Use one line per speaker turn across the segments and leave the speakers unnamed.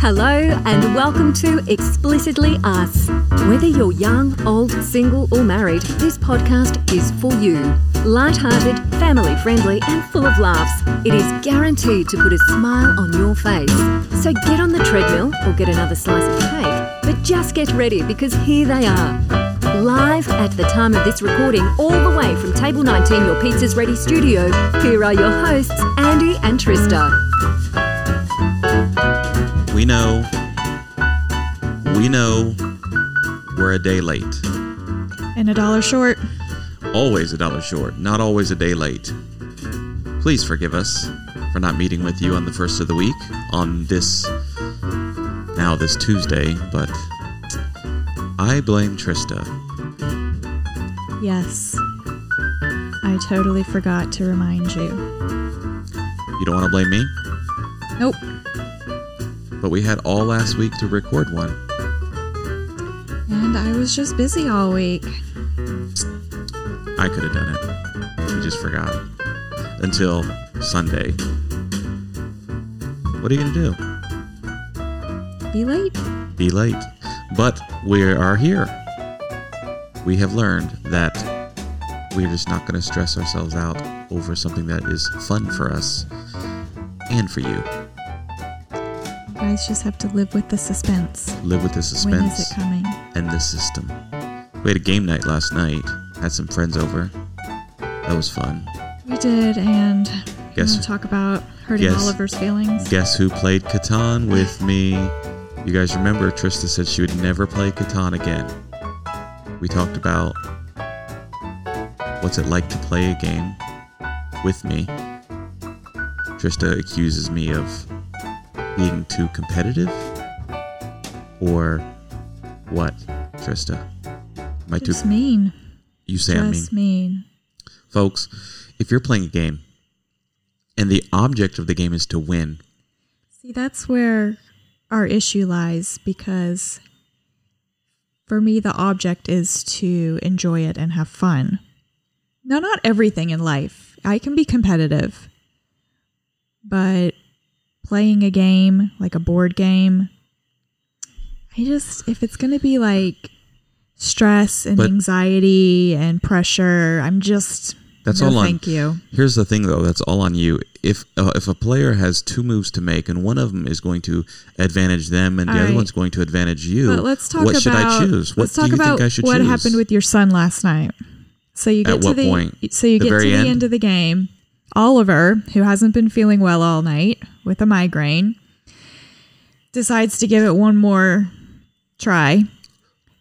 Hello, and welcome to Explicitly Us. Whether you're young, old, single, or married, this podcast is for you. Light-hearted, family-friendly, and full of laughs, it is guaranteed to put a smile on your face. So get on the treadmill or get another slice of cake, but just get ready because here they are. Live at the time of this recording, all the way from Table 19, your pizza's ready studio, here are your hosts, Andy and Trista.
We know. We know. We're a day late.
And a dollar short.
Always a dollar short, not always a day late. Please forgive us for not meeting with you on the first of the week on this. Now, this Tuesday, but. I blame Trista.
Yes. I totally forgot to remind you.
You don't want to blame me,
Nope.
but we had all last week to record one.
And I was just busy all week.
I could have done it. We just forgot. Until Sunday. What are you going to do?
Be late?
be late. But we are here. We have learned that we're just not going to stress ourselves out over something that is fun for us and for you.
You guys just have to live with the suspense.
Live with the
When is
suspense
it coming?
and the system. We had a game night last night, had some friends over. That was fun.
We did, and you
Guess-
want to talk about hurting
guess-
Oliver's feelings?
Guess who played Catan with me? You guys remember Trista said she would never play Catan again. We talked about what's it like to play a game with me. Trista accuses me of being too competitive or what, Trista? Am I too
just mean.
you say I mean
Just mean.
folks, if you're playing a game and the object of the game is to win,
See, that's where our issue lies because for me, the object is to enjoy it and have fun. Now, not everything in life. I can be competitive, but playing a game, like a board game, I just, if it's going to be like stress and
But-
anxiety and pressure, I'm just,
That's
no,
all on.
thank you.
Here's the thing, though. That's all on you. If uh, if a player has two moves to make and one of them is going to advantage them and the
All
other
right.
one's going to advantage you,
But let's talk
what
about
should I choose? What
let's
do
talk
you
about
think I should
what
choose?
happened with your son last night. So you get
At
to
what
the
point?
so you
The
get to
very
the
end?
end? of the game. Oliver, who hasn't been feeling well all night with a migraine, decides to give it one more try.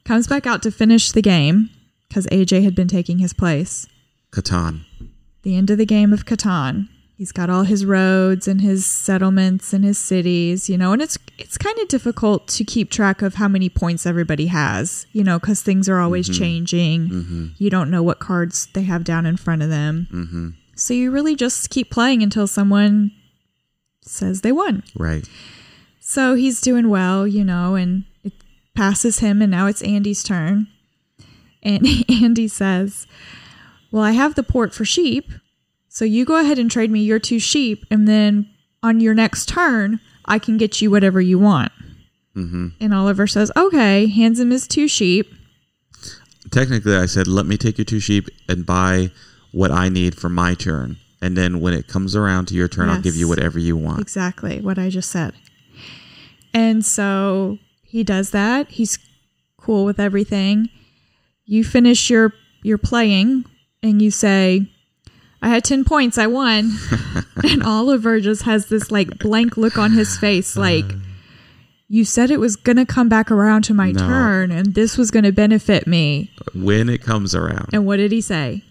Comes back out to finish the game because AJ had been taking his place
Catan.
the end of the game of Catan. He's got all his roads and his settlements and his cities, you know, and it's it's kind of difficult to keep track of how many points everybody has, you know, because things are always changing. You don't know what cards they have down in front of them, mm-hmm. so you really just keep playing until someone says they won.
Right.
So he's doing well, you know, and it passes him, and now it's Andy's turn. And Andy says, Well, I have the port for sheep. So you go ahead and trade me your two sheep. And then on your next turn, I can get you whatever you want. And Oliver says, Okay, hands him his two sheep.
Technically, I said, let me take your two sheep and buy what I need for my turn. And then when it comes around to your turn, I'll give
Yes.
you whatever you want.
Exactly what I just said. And so he does that. He's cool with everything. You finish your your playing and you say, I had 10 points, I won. and Oliver just has this like blank look on his face
Uh.
like you said it was going to come back around to my
No.
turn and this was going to benefit me.
When it comes around.
And what did he say?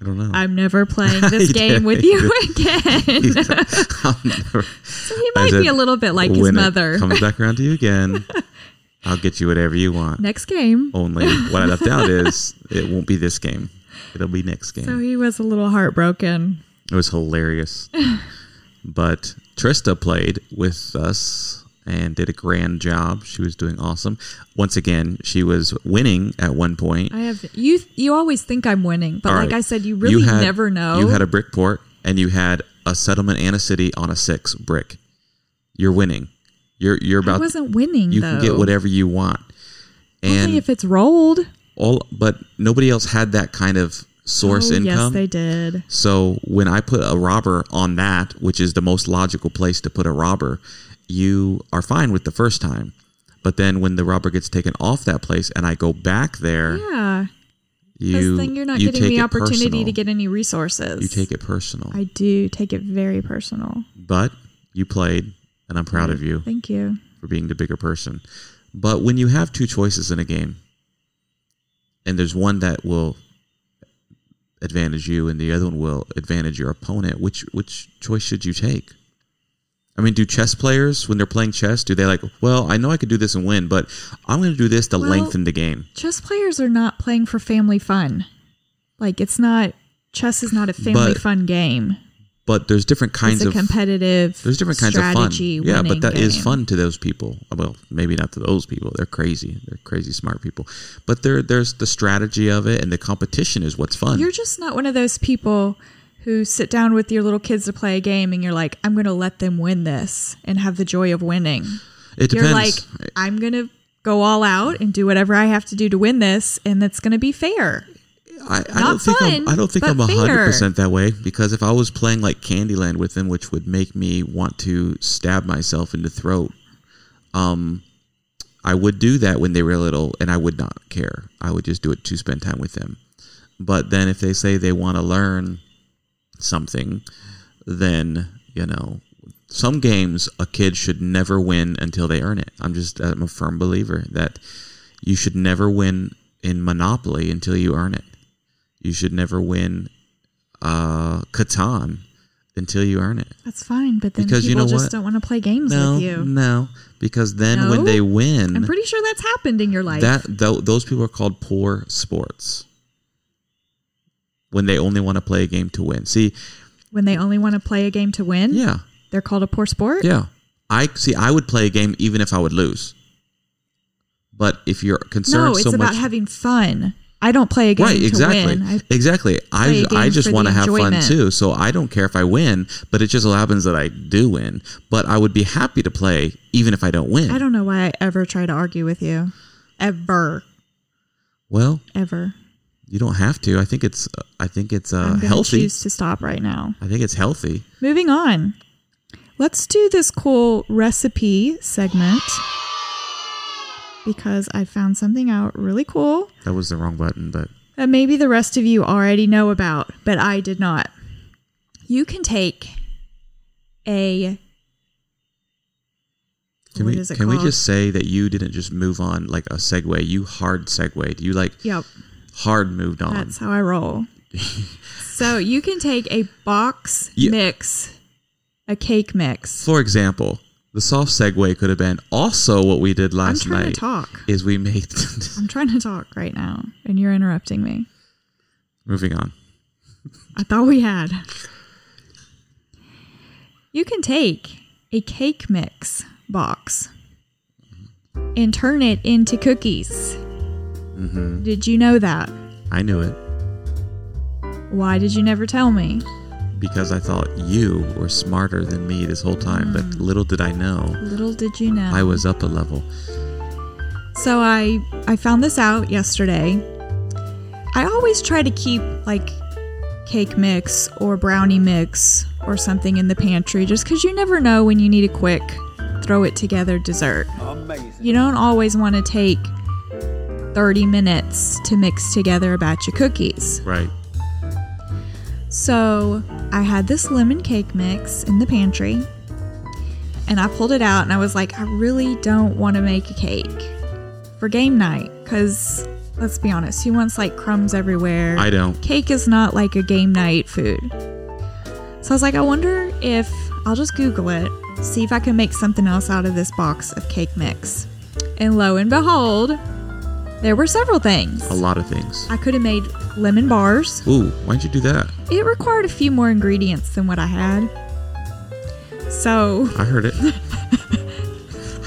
I don't know.
I'm never playing this
He
game
did.
with you again.
I'm never-
he might
said,
be a little bit like his
when
mother.
It comes back around to you again, I'll get you whatever you want.
Next game.
Only what I left out is it won't be this game. It'll be next game.
So he was a little heartbroken.
it was hilarious. but Trista played with us and did a grand job. She was doing awesome. Once again, she was winning at one point.
I have you. You always think I'm winning, but
All
like
right.
I said, you really
had-
never know.
You had a brick port and you had a settlement and a city on a six brick. You're winning. You're you're
I
about
wasn't winning.
you
though.
can get whatever you want.
Only
And
if it's rolled.
all but nobody else had that kind of source
Oh, Yes,
income.
they did.
So when I put a robber on that, which is the most logical place to put a robber, you are fine with the first time. But then when the robber gets taken off that place and I go back there,
Yeah. Because
you
then you're not
you
getting
take
the
it
opportunity
personal.
to get any resources.
you take it personal.
I do take it very personal.
but you played and I'm proud of you
Thank you.
for being the bigger person. But when you have two choices in a game and there's one that will advantage you and the other one will advantage your opponent, which which choice should you take? I mean, do chess players when they're playing chess, do they like, well, I know I could do this and win, but I'm going to do this to
Well-
lengthen the game.
Chess players are not playing for family fun. Like it's not chess is not a family
But
fun game.
But there's different kinds
it's a
of
competitive.
There's different kinds of fun.
strategy
Yeah, but
winning
that is
game.
fun to those people. Uh, Well, maybe not to those people. They're crazy. They're crazy smart people. But there, there's the strategy of it, and the competition is what's fun.
You're just not one of those people who sit down with your little kids to play a game and you're like, I'm going to let them win this and have the joy of winning.
it
You're
depends.
like, I'm going to go all out and do whatever I have to do to win this, and that's going to be fair.
I, I
not
don't think I'm.
fun,
I don't think
but
I'm hundred
fair.
percent that way because if I was playing like Candyland with them, which would make me want to stab myself in the throat, um, I would do that when they were little, and I would not care. I would just do it to spend time with them. But then if they say they want to learn something, then you know some games a kid should never win until they earn it. I'm just I'm a firm believer that you should never win in Monopoly until you earn it. You should never win uh, Catan until you earn it.
That's fine, but then
Because
people
you know
just
what?
don't want to play games
No,
with you.
no, because then when
No?
they win,
I'm pretty sure that's happened in your life.
that tho- those people are called poor sports when they only want to play a game to win. See,
when they only want to play a game to win,
yeah,
they're called a poor sport.
yeah. I see. I would play a game even if I would lose. But if you're concerned
no, it's
so
about
much,
having fun. I don't play a game
right?
to
Exactly,
win. I,
exactly. I
play a
I
game
just
for the
want to have fun
enjoyment.
too, so I don't care if I win. But it just so happens that I do win. But I would be happy to play even if I don't win.
I don't know why I ever try to argue with you. Ever.
Well,
Ever.
you don't have to. I think it's I think it's uh,
I'm gonna
healthy.
choose to stop right now.
I think it's healthy.
Moving on. Let's do this cool recipe segment because I found something out really cool
That was the wrong button, but
that maybe the rest of you already know about, but I did not. You can take a
Can
what
we
is it
can
called?
we just say that you didn't just move on like a segue? You hard segued. You like
Yep,
hard moved on.
that's how I roll. so you can take a box
Yeah.
mix, a cake mix.
For example, the soft segue could have been also what we did
I'm
last
trying
night
to talk.
is we made
I'm trying to talk right now, and you're interrupting me.
moving on.
I thought we had. You can take a cake mix box and turn it into cookies. Did you know that?
I knew it
Why did you never tell me?
because I thought you were smarter than me this whole time, but
Mm.
little did I know
Little did you know.
I was up a level.
So I I found this out yesterday. I always try to keep like cake mix or brownie mix or something in the pantry just cuz you never know when you need a quick throw it together dessert. You don't always want to take 30 minutes to mix together a batch of cookies.
Right.
So I had this lemon cake mix in the pantry, and I pulled it out, and I was like, I really don't want to make a cake for game night, because let's be honest, who wants like crumbs everywhere?
I don't.
Cake is not like a game night food. So I was like, I wonder if I'll just Google it, see if I can make something else out of this box of cake mix. And lo and behold, there were several things.
A lot of things.
I could have made lemon bars.
Ooh, why'd you do that?
It required a few more ingredients than what I had. So,
I heard it.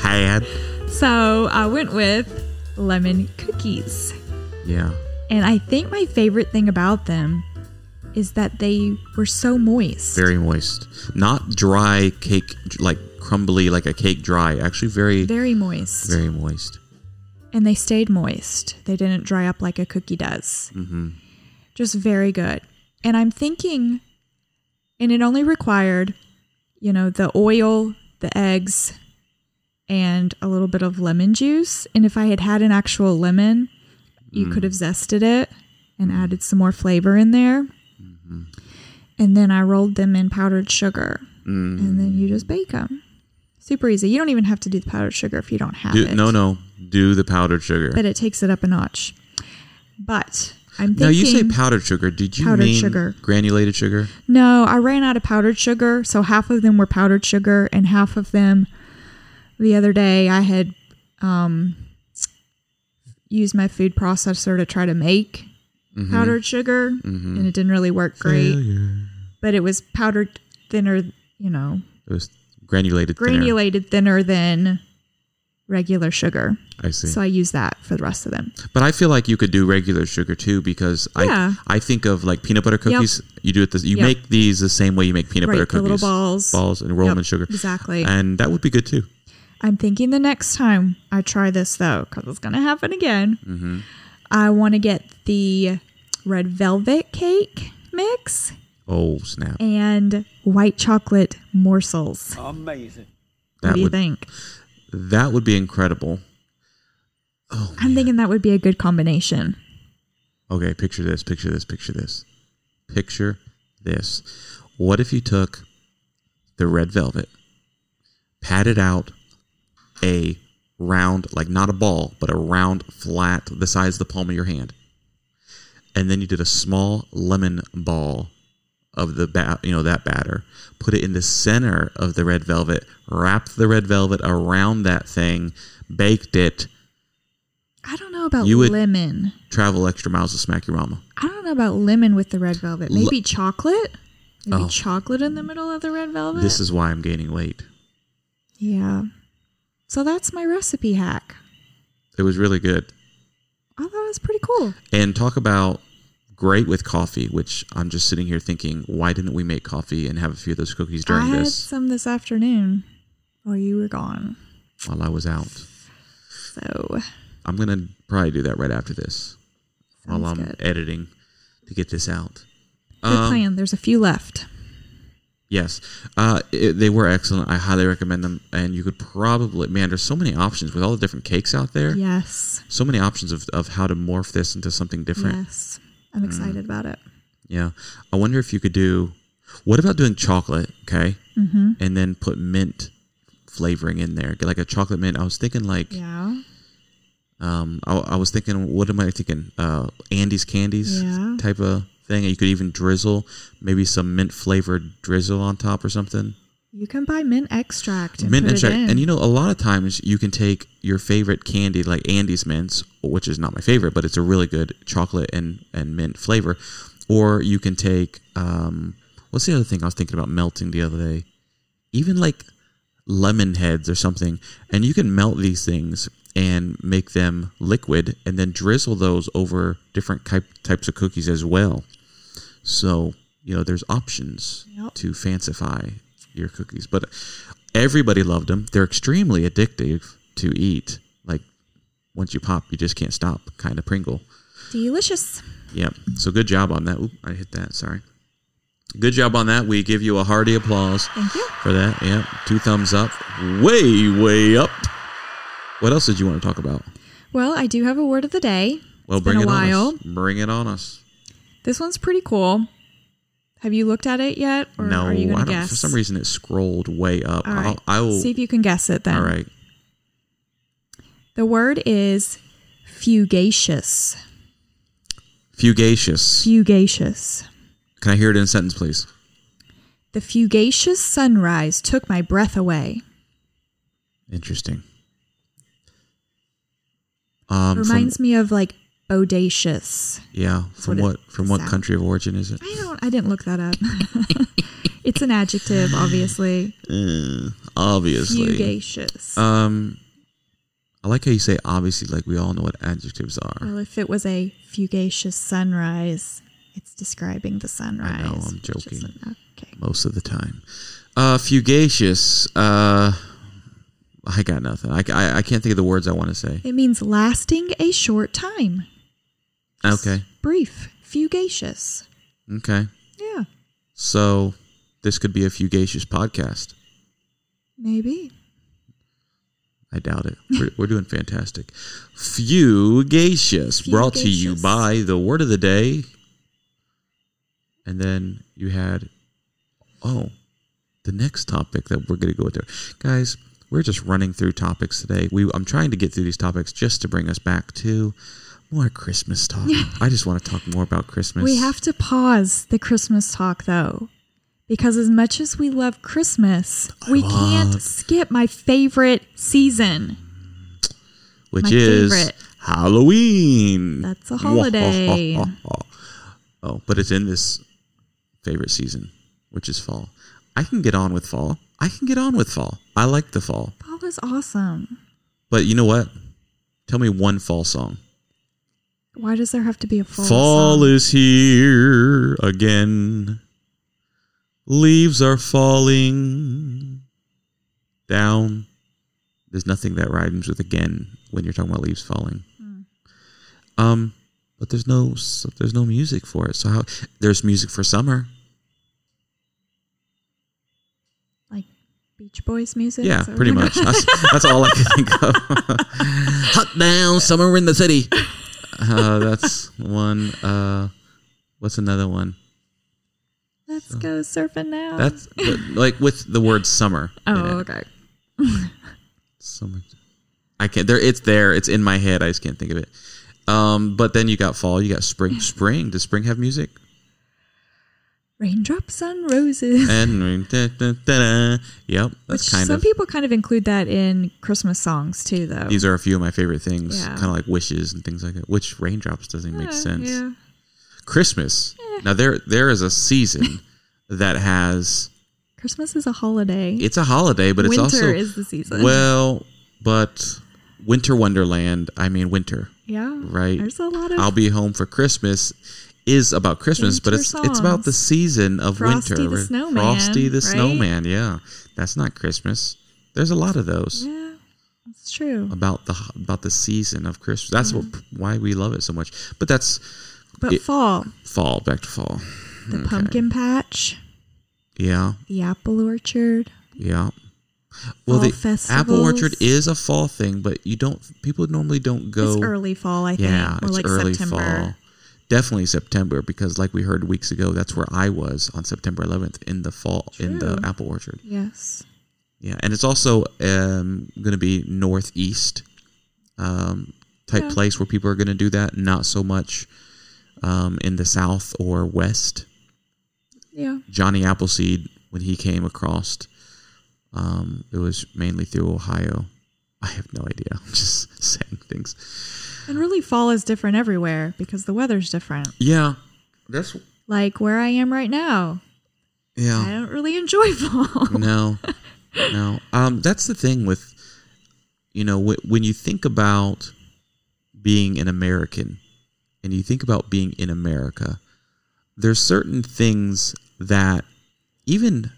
Had.
so I went with lemon cookies.
Yeah.
And I think my favorite thing about them is that they were so moist.
Very moist. Not dry cake, like crumbly like a cake dry. Actually, very,
Very moist.
very moist.
and they stayed moist. They didn't dry up like a cookie does.
Mm-hmm.
Just very good. And I'm thinking, and it only required, you know, the oil, the eggs, and a little bit of lemon juice. And if I had had an actual lemon,
Mm.
you could have zested it and added some more flavor in there.
Mm-hmm.
And then I rolled them in powdered sugar.
Mm.
And then you just bake them. Super easy. You don't even have to do the powdered sugar if you don't have
Do,
it
no, no, do the powdered sugar.
but it takes it up a notch. But I'm thinking.
Now you say powdered sugar. Did you
Powdered
mean
sugar.
granulated sugar?
No, I ran out of powdered sugar, so half of them were powdered sugar, and half of them. The other day, I had um, used my food processor to try to make
Mm-hmm.
powdered sugar, and it didn't really work great.
Failure.
But it was powdered thinner, you know,
It was granulated. thinner.
granulated thinner than regular sugar.
I see.
So I used that for the rest of them.
But I feel like you could do regular sugar too because
Yeah.
I I think of like peanut butter cookies. You do it this you
Yep.
make these the same way you make peanut
Right,
butter
the
cookies.
little balls.
Balls and roll them in
Yep,
sugar.
exactly.
And that would be good too.
I'm thinking the next time I try this though, because it's gonna happen again.
Mm-hmm.
I want to get the red velvet cake mix
Oh snap.
and white chocolate morsels.
Amazing.
Oh, That
what do you
would
think?
that would be incredible. Oh,
I'm thinking that would be a good combination.
Okay, picture this, picture this, picture this. Picture this. What if you took the red velvet, patted out a round, like not a ball, but a round, flat, the size of the palm of your hand, and then you did a small lemon ball of the bat, you know, that batter, put it in the center of the red velvet, wrapped the red velvet around that thing, baked it,
I don't know about
You would-
lemon.
travel extra miles to smack your mama.
I don't know about lemon with the red velvet.
Le-
Maybe chocolate. Maybe
Oh.
chocolate in the middle of the red velvet.
This is why I'm gaining weight.
yeah. So that's my recipe hack.
It was really good.
I thought it was pretty cool.
And talk about great with coffee, which I'm just sitting here thinking, why didn't we make coffee and have a few of those cookies
I
during
had
this
some this afternoon while you were gone.
while I was out?
So
I'm going to probably do that right after this while
Sounds
I'm
good.
editing to get this out.
good
um,
plan. There's a few left.
Yes, uh, it, they were excellent. I highly recommend them. And you could probably, man, there's so many options with all the different cakes out there.
Yes.
So many options of, of how to morph this into something different.
Yes. I'm
Mm.
excited about it.
Yeah. I wonder if you could do what about doing chocolate, okay? Mm-hmm. And then put mint flavoring in there, like a chocolate mint. I was thinking like
Yeah.
um I, I was thinking what am I thinking? Uh Andy's candies
Yeah.
type of thing. You could even drizzle maybe some mint flavored drizzle on top or something.
You can buy mint extract and
mint
put
and check.
it in.
And you know, a lot of times you can take your favorite candy, like Andy's mints, which is not my favorite, but it's a really good chocolate and, and mint flavor. Or you can take, um, what's the other thing I was thinking about melting the other day? Even like lemon heads or something. And you can melt these things and make them liquid and then drizzle those over different type, types of cookies as well. So, you know, there's options
Yep.
to fancify your cookies. But everybody loved them. They're extremely addictive to eat. Like once you pop, you just can't stop kind of Pringle.
Delicious.
Yep. So good job on that. Oop, I hit that. Sorry. Good job on that. We give you a hearty applause
Thank you.
for that. Yep. Two thumbs up. Way, way up. What else did you want to talk about?
Well, I do have a word of the day.
Well,
It's
bring
been
it
a while.
on us. Bring it on us.
This one's pretty cool. Have you looked at it yet? Or
no,
are you
I
gonna
don't.
guess?
For some reason, it scrolled way up.
All right.
I'll, I will.
See if you can guess it then.
all right.
The word is fugacious.
Fugacious.
Fugacious.
Can I hear it in a sentence, please?
The fugacious sunrise took my breath away.
Interesting. Um, from-
Reminds me of like bodacious.
yeah. From
what it-
what? From what
sound.
country of origin is it?
I don't. I didn't look that up. it's an adjective, obviously.
Uh, obviously.
Fugacious.
Um, I like how you say obviously. Like we all know what adjectives are.
well, if it was a fugacious sunrise, it's describing the sunrise.
I'm
which
joking.
isn't- Okay.
most of the time. Uh, fugacious. Uh, I got nothing. I, I, I can't think of the words I want to say.
It means lasting a short time. Just
Okay.
Brief, fugacious.
Okay.
Yeah,
So this could be a fugacious podcast.
maybe.
I doubt it. We're, we're doing fantastic. Fugacious, brought to you
Fugacious.
by the word of the day. And then you had, oh, the next topic that we're going to go with there. Guys, we're just running through topics today. We I'm trying to get through these topics just to bring us back to more Christmas talk. I just want to talk more about Christmas.
We have to pause the Christmas talk though, because as much as we love Christmas, we can't
love-
skip my favorite season.
which
My
is
favorite.
Halloween.
That's a holiday.
oh, but it's in this favorite season, which is fall. I can get on with fall. I can get on with fall. I like the fall.
Fall is awesome.
But you know what? Tell me one fall song.
Why does there have to be a fall?
Fall,
song?
is here again. Leaves are falling down. There's nothing that rhymes with again when you're talking about leaves falling. Um, but there's no s- there's no music for it. So how there's music for summer?
like Beach Boys music.
yeah,
Is that
pretty much.
what-
That's, that's all I can think of. Hot down summer in the city. Uh, that's one. Uh, what's another one?
Let's go surfing now.
That's but, like with the word summer. in
oh
it.
okay.
Summer. I can't. There, it's there. It's in my head. I just can't think of it. Um, but then you got fall. You got spring. Spring. Does spring have music?
Raindrops on roses.
And da, da, da, da. yep, that's
Which
kind
some
of.
people kind of include that in Christmas songs too, though.
These are a few of my favorite things.
Yeah.
Kind of like wishes and things like that. Which raindrops doesn't even make
Yeah,
sense.
Uh, Yeah.
Christmas. Now there there is a season that has
Christmas is a holiday.
it's a holiday, but it's
winter
also
is the season.
well, but winter wonderland. I mean winter.
yeah.
right.
There's a lot of
I'll be home for Christmas is about Christmas, but
Winter
it's it's about the
songs.
season of
Frosty
winter.
the
right?
Snowman,
Frosty the
right?
snowman, yeah. That's not Christmas. There's a lot of those
Yeah, that's true.
about the about the season of Christmas. That's what why we love it so much. But that's
But
it-
fall,
fall, back to fall.
the pumpkin patch,
Yeah,
the apple orchard.
yeah. Well,
Fall
the apple orchard
festivals.
is a fall thing, but you don't people normally don't go
It's early fall, I think.
Yeah,
Mm-hmm. or
it's
like
early
September.
fall. Definitely September because, like we heard weeks ago, that's where I was on September 11th in the fall in the
True.
apple orchard.
Yes.
Yeah, and it's also um, going to be northeast um, type
Yeah.
place where people are going to do that. Not so much um, in the south or west.
Yeah.
Johnny Appleseed, when he came across, um, it was mainly through Ohio. I have no idea. I'm just saying things.
And really, fall is different everywhere because the weather's different.
Yeah, that's
Like where I am right now,
yeah.
I don't really enjoy fall.
no no um that's the thing with you know w- when you think about being an american and you think about being in america there's certain things that even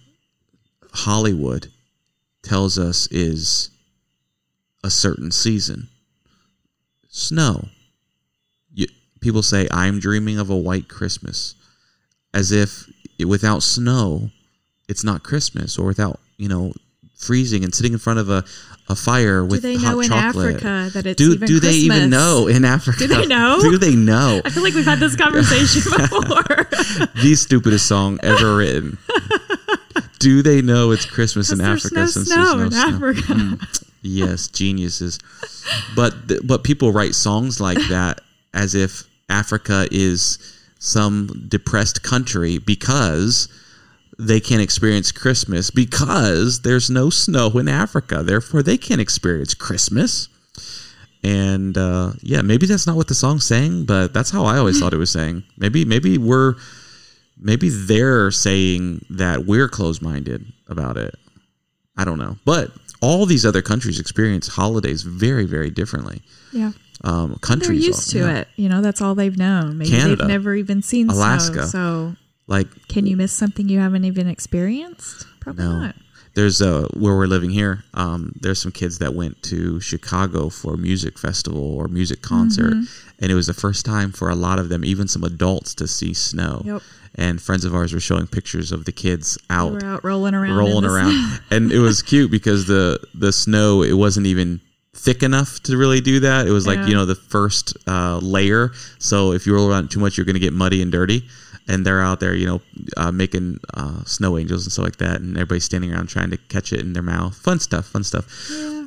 hollywood tells us is a certain season snow you, people say i'm dreaming of a white christmas as if without snow it's not Christmas or without, you know, freezing and sitting in front of a, a fire
Do
with
they
hot
know in
chocolate.
Africa that it's
do
even
do
Christmas?
they even know in Africa?
they know?
do they know?
I feel like we've had this conversation before.
the stupidest song ever written. do they know it's Christmas in
there's
Africa
no
since
snow in
there's no snow? Hmm.
Africa.
Yes, geniuses. But th- but people write songs like that as if Africa is some depressed country because they can't experience Christmas because there's no snow in Africa. Therefore, they can't experience Christmas. And uh, yeah, maybe that's not what the song's saying, but that's how I always thought it was saying. Maybe maybe we're maybe they're saying that we're closed-minded about it. I don't know. But all these other countries experience holidays very, very differently.
Yeah.
Um, countries
They're used to
yeah.
it. You know, that's all they've known. Maybe
Canada.
they've never even seen
Alaska.
snow. So
Like
can you miss something you haven't even experienced? Probably
No.
not.
There's uh where we're living here. Um, there's some kids that went to Chicago for a music festival or music concert,
Mm-hmm.
and it was the first time for a lot of them, even some adults, to see snow.
Yep.
And friends of ours were showing pictures of the kids
They
out
We're out rolling around. in
rolling
the snow.
around and it was cute because the the snow it wasn't even thick enough to really do that it was like
Yeah.
you know the first uh, layer so if you roll around too much you're going to get muddy and dirty and they're out there you know uh, making uh, snow angels and stuff like that and everybody's standing around trying to catch it in their mouth fun stuff fun stuff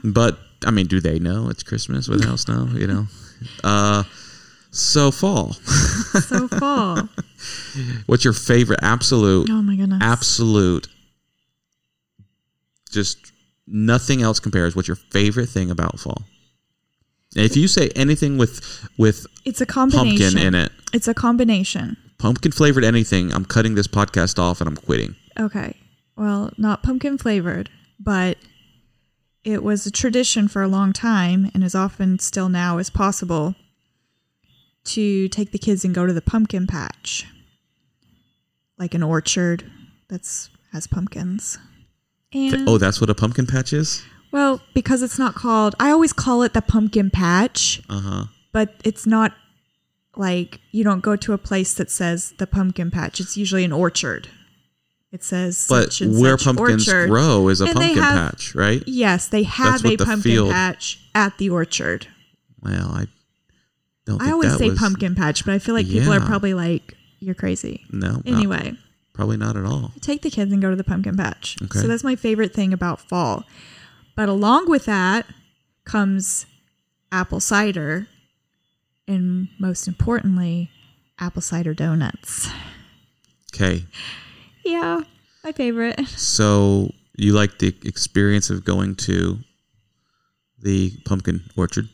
but i mean do they know it's christmas without snow you know uh, so fall
so fall.
what's your favorite absolute
Oh my goodness.
absolute just nothing else compares what's your favorite thing about fall and if you say anything with with
It's a combination.
pumpkin in it
It's a combination.
pumpkin flavored anything i'm cutting this podcast off and i'm quitting
Okay. Well, not pumpkin flavored, but it was a tradition for a long time and as often still now as possible to take the kids and go to the pumpkin patch. Like an orchard that's has pumpkins. And
oh that's what a pumpkin patch is
well, because it's not called I always call it the pumpkin patch,
uh-huh
but it's not like you don't go to a place that says the pumpkin patch. It's usually an orchard. It says
but
such and
where
such
pumpkins
orchard.
grow is a
And they
pumpkin
have-
patch right
Yes, they have
That's what
a
the
pumpkin
field-
patch at the orchard.
well i don't think
I always
that
say
was-
pumpkin patch, but I feel like people are
Yeah.
probably like, "You're crazy."
no anyway
Anyway,
probably not at all
take the kids and go to the pumpkin patch.
Okay.
So that's my favorite thing about fall. But along with that comes apple cider, and most importantly, apple cider donuts.
okay
Yeah, my favorite.
so you like the experience of going to the pumpkin orchard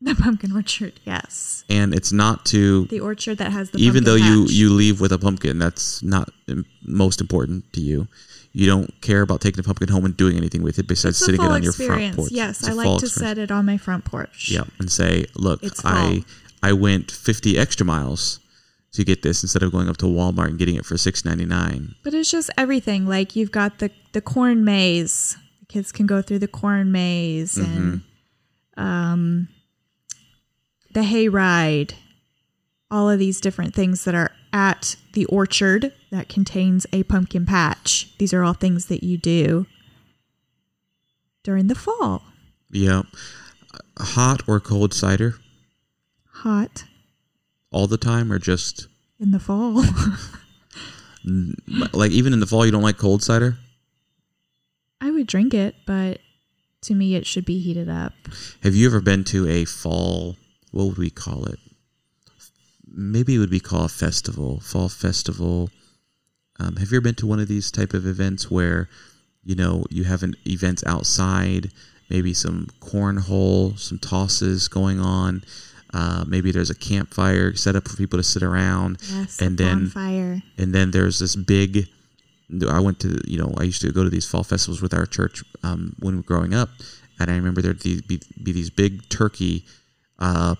The pumpkin orchard. Yes,
and it's not to
the orchard that has the
even
pumpkin
though you
patch.
you leave with a pumpkin that's not im- most important to you you don't care about taking a pumpkin home and doing anything with it besides
It's a
sitting it
fall
on your front
experience.
porch
Yes,
It's a
I like
fall
to
experience.
set it on my front porch.
yeah and say look i
It's fall.
i went 50 extra miles to get this instead of going up to walmart and getting it for 6.99
But it's just everything. Like you've got the the corn maze. The kids can go through the corn maze and um
Mm-hmm.
the hay ride. All of these different things that are at the orchard that contains a pumpkin patch. These are all things that you do during the fall.
yeah hot or cold cider
Hot
all the time or just
in the fall.
like even in the fall you don't like cold cider
I would drink it, but to me it should be heated up.
Have you ever been to a fall? What would we call it? Maybe it would be called a festival, fall festival. Um, have you ever been to one of these type of events where, you know, you have an events outside, maybe some cornhole, some tosses going on. Uh, maybe there's a campfire set up for people to sit around,
Yes,
and then
bonfire.
and then there's this big i went to you know i used to go to these fall festivals with our church um, when we were growing up and i remember there'd be, be, be these big turkey uh,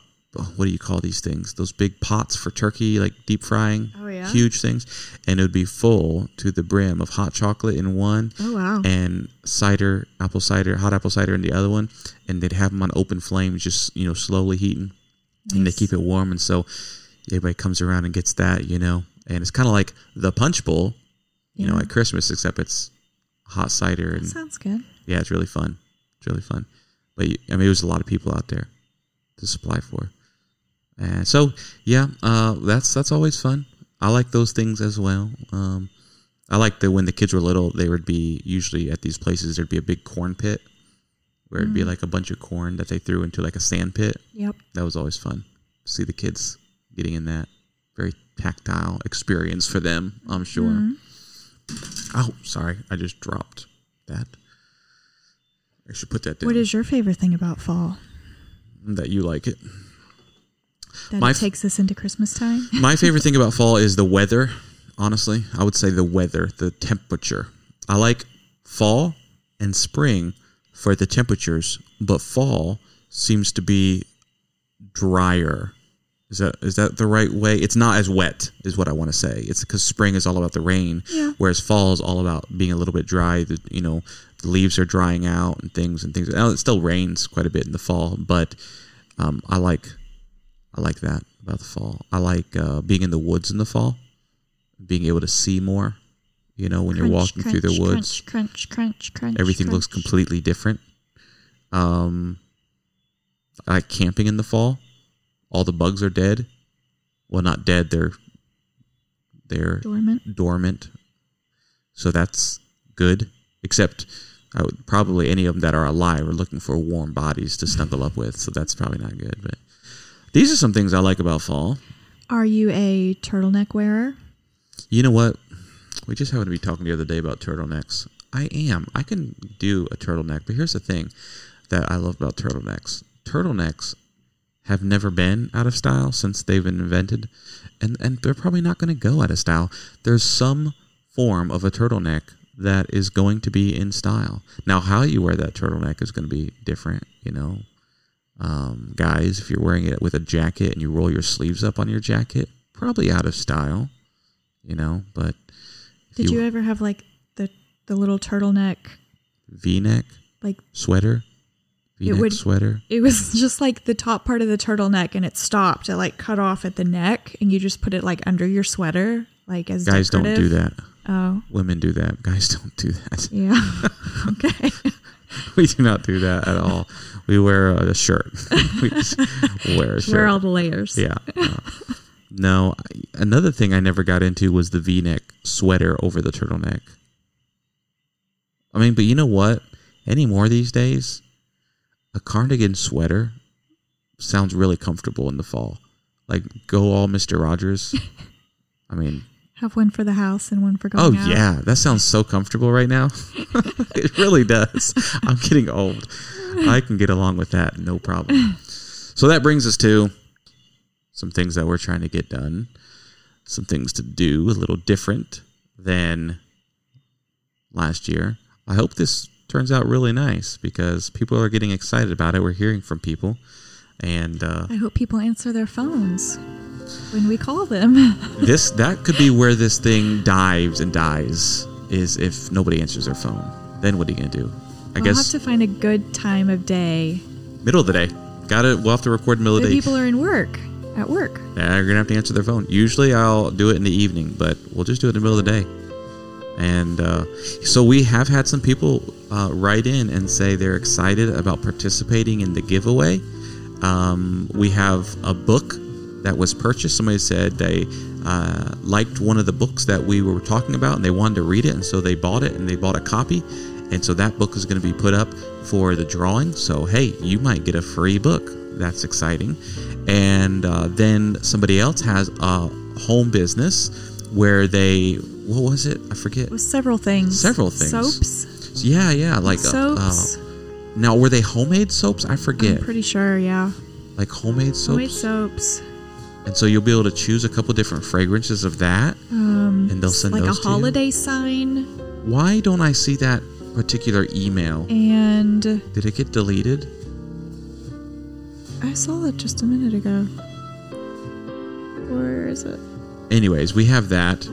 what do you call these things those big pots for turkey like deep frying
Oh, yeah?
huge things and it would be full to the brim of hot chocolate in one
Oh wow.
and cider apple cider hot apple cider in the other one and they'd have them on open flames just you know slowly heating and they
Nice.
keep it warm and so everybody comes around and gets that you know and it's kind of like the punch bowl you know
Yeah.
at christmas except it's hot cider and
Sounds good.
yeah it's really fun it's really fun but you- i mean there's a lot of people out there to supply for and so yeah uh, that's that's always fun i like those things as well um, i like that when the kids were little they would be usually at these places there'd be a big corn pit where it'd be like a bunch of corn that they threw into like a sand pit
Yep.
that was always fun. See the kids getting in that very tactile experience for them, I'm sure.
Mm-hmm.
Oh, sorry. I just dropped that. I should put that down.
What is your favorite thing about fall?
that you like it.
That
My
it
f-
takes us into Christmas time.
My favorite thing about fall is the weather, honestly. I would say the weather, the temperature. I like fall and spring for the temperatures, but fall seems to be drier Is that is that the right way? It's not as wet, is what I want to say. It's because spring is all about the rain,
Yeah.
whereas fall is all about being a little bit dry. The, you know, the leaves are drying out and things and things. Now, It still rains quite a bit in the fall, but um, I like I like that about the fall. I like uh, being in the woods in the fall, being able to see more. You know, when you're walking through the woods,
Crunch, crunch, crunch, crunch.
everything looks
crunch.
completely different. Um, I like camping in the fall. All the bugs are dead. Well, not dead. They're they're
dormant.
dormant. So that's good. Except, I would, probably any of them that are alive are looking for warm bodies to snuggle up with. So that's probably not good. But these are some things I like about fall.
Are you a turtleneck wearer?
You know what? We just happened to be talking the other day about turtlenecks. I am. I can do a turtleneck, but here's the thing that I love about turtlenecks. Turtlenecks have never been out of style since they've been invented, and and they're probably not going to go out of style. There's some form of a turtleneck that is going to be in style. Now, how you wear that turtleneck is going to be different, you know. Um, guys, if you're wearing it with a jacket and you roll your sleeves up on your jacket, probably out of style, you know. But if
Did you ever have like the the little turtleneck?
V-neck
Like
sweater, V-neck
would-
sweater?
it was just like the top part of the turtleneck, and it stopped. It like cut off at the neck, and you just put it like under your sweater, like as
Guys don't do
decorative.
that.
Oh,
Women do that. Guys don't do that.
yeah. okay.
we do not do that at all. We wear a shirt. we just wear a shirt.
Where are all the layers?
yeah. Uh, no, I- another thing I never got into was the V-neck sweater over the turtleneck. I mean, but you know what? Anymore these days, a cardigan sweater sounds really comfortable in the fall. Like go all Mister Rogers. I mean,
Have one for the house and one for
Oh
going out.
yeah, that sounds so comfortable right now. it really does. I'm getting old. I can get along with that, no problem. So that brings us to some things that we're trying to get done. Some things to do a little different than last year. I hope this turns out really nice because people are getting excited about it. We're hearing from people, and uh,
I hope people answer their phones when we call them.
this that could be where this thing dives and dies is if nobody answers their phone then what are you gonna do i
we'll
guess
have to find a good time of day.
middle of the day gotta we'll have to record middle of
When
the day
people are in work, at work.
yeah, you're gonna have to answer their phone usually i'll do it in the evening but we'll just do it in the middle of the day and uh, so we have had some people uh, write in and say they're excited about participating in the giveaway um, we have a book that was purchased somebody said they uh, liked one of the books that we were talking about and they wanted to read it and so they bought it and they bought a copy and so that book is going to be put up for the drawing so hey you might get a free book that's exciting and uh, then somebody else has a home business where they what was it i forget
With several things.
Several things.
Soaps.
yeah yeah like uh,
soaps.
Uh, now were they homemade soaps i forget
I'm pretty sure, yeah.
like homemade soaps
Homemade soaps.
and so you'll be able to choose a couple different fragrances of that
Um,
And they'll send
like
those
a
to you?
holiday sign
why don't i see that particular email
and
did it get deleted
I saw that just a minute ago. Where is it?
anyways, we have that.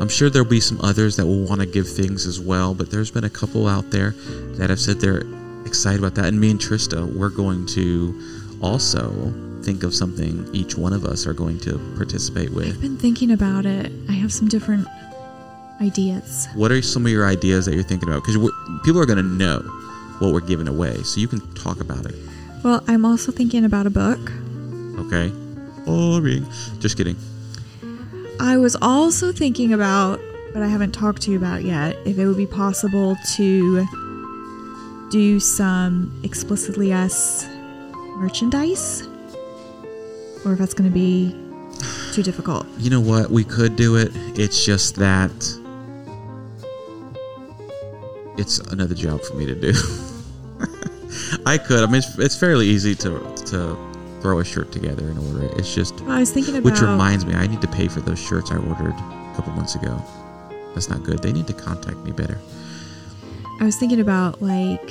I'm sure there'll be some others that will want to give things as well, but there's been a couple out there that have said they're excited about that. And me and Trista, we're going to also think of something each one of us are going to participate
I've
with.
been thinking about it. I have some different ideas.
What are some of your ideas that you're thinking about? Because people are going to know what we're giving away, so you can talk about it.
Well, I'm also thinking about a book.
Okay. Boring. Just kidding.
I was also thinking about, but I haven't talked to you about yet, if it would be possible to do some explicitly us merchandise, or if that's going to be too difficult.
You know what? We could do it. It's just that it's another job for me to do. I could. I mean, it's, it's fairly easy to to throw a shirt together and order it. It's just,
I was thinking about
which reminds me, I need to pay for those shirts I ordered a couple months ago. That's not good. They need to contact me better.
I was thinking about like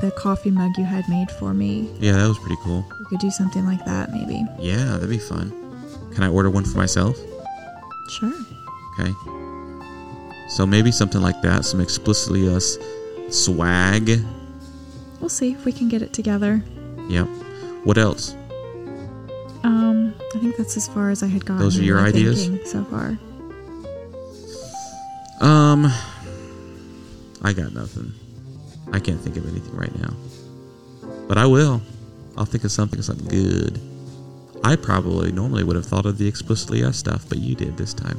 the coffee mug you had made for me.
Yeah, that was pretty cool.
We could do something like that, maybe.
Yeah, that'd be fun. Can I order one for myself?
Sure.
Okay. So maybe something like that, some explicitly us swag.
We'll see if we can get it together.
Yep. What else?
Um, I think that's as far as I had gotten.
Those are
in
your
my
ideas?
thinking so far.
Um, I got nothing. I can't think of anything right now. But I will. I'll think of something, something good. I probably normally would have thought of the explicitly us stuff, but you did this time,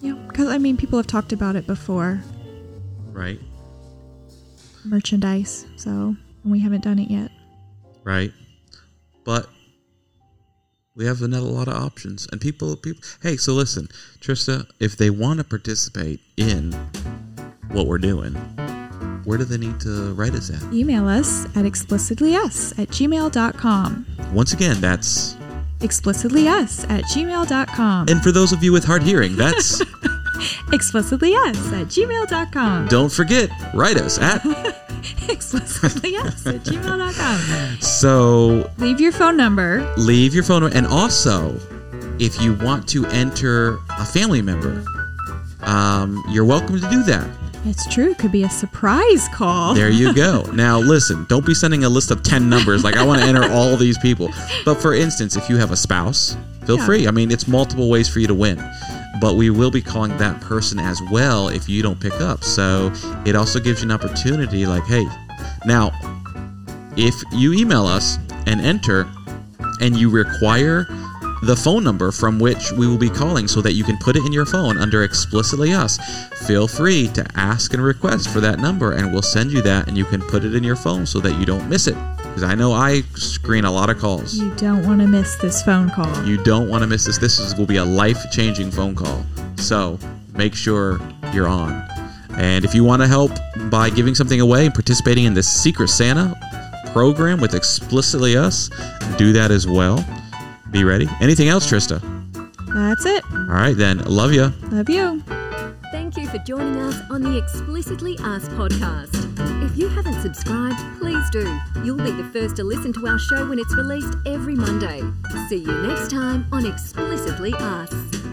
Yeah, because I mean, people have talked about it before,
right?
merchandise. So and we haven't done it yet.
right? But we have another lot of options, and people, people. Hey, so listen, Trista, if they want to participate in what we're doing, where do they need to write us at?
Email us at explicitlyus at gmail.com.
Once again, that's
Explicitlyus at gmail.com.
and for those of you with hard hearing, that's
Explicitlyus at gmail.com.
don't forget write us at.
Explicitlyus at gmail.com.
So
Leave your phone number.
leave your phone number. and also if you want to enter a family member, um, you're welcome to do that.
It's true. It could be a surprise call.
There you go. Now, listen, don't be sending a list of 10 numbers. Like, I want to enter all these people. But for instance, if you have a spouse, feel
Yeah.
free. I mean, it's multiple ways for you to win. But we will be calling that person as well if you don't pick up. So it also gives you an opportunity, like, hey, now, if you email us and enter and you require the phone number from which we will be calling so that you can put it in your phone under explicitly us feel free to ask and request for that number and we'll send you that and you can put it in your phone so that you don't miss it because i know i screen a lot of calls
You don't want to miss this phone call.
you don't want to miss this this is, will be a life-changing phone call so make sure you're on and if you want to help by giving something away and participating in the secret santa program with explicitly us do that as well be ready anything else trista
That's it.
all right then love ya.
Love you.
Thank you for joining us on the Explicitly Asked podcast. If you haven't subscribed, please do. You'll be the first to listen to our show when it's released every Monday. See you next time on Explicitly Asked.